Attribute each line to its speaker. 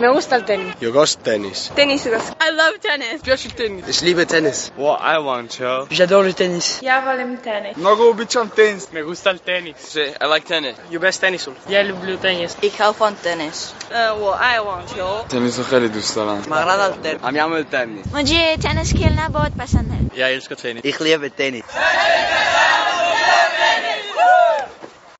Speaker 1: Me gusta el tenis.
Speaker 2: Yo gosto de tenis.
Speaker 3: Tenis gosto.
Speaker 4: I love tennis.
Speaker 5: بيش التنس
Speaker 2: Ich liebe Tennis.
Speaker 6: What I want to.
Speaker 7: J'adore le tennis.
Speaker 3: Jag valde med tennis.
Speaker 8: Nogo beach and tennis.
Speaker 5: Me gusta el tenis
Speaker 6: See, I like tennis.
Speaker 5: يبقاش تنس
Speaker 7: يلعب له تنس.
Speaker 4: Ik hou van tennis.
Speaker 3: Eh, وأيوان
Speaker 8: تنس خالي دوست دارم.
Speaker 7: مهرجان التنس.
Speaker 6: عم يعمل تنس
Speaker 9: मुझे टेनिस खेलना बहुत पसंद है
Speaker 6: يا يلسكو تنس
Speaker 7: يخليها بالتنس.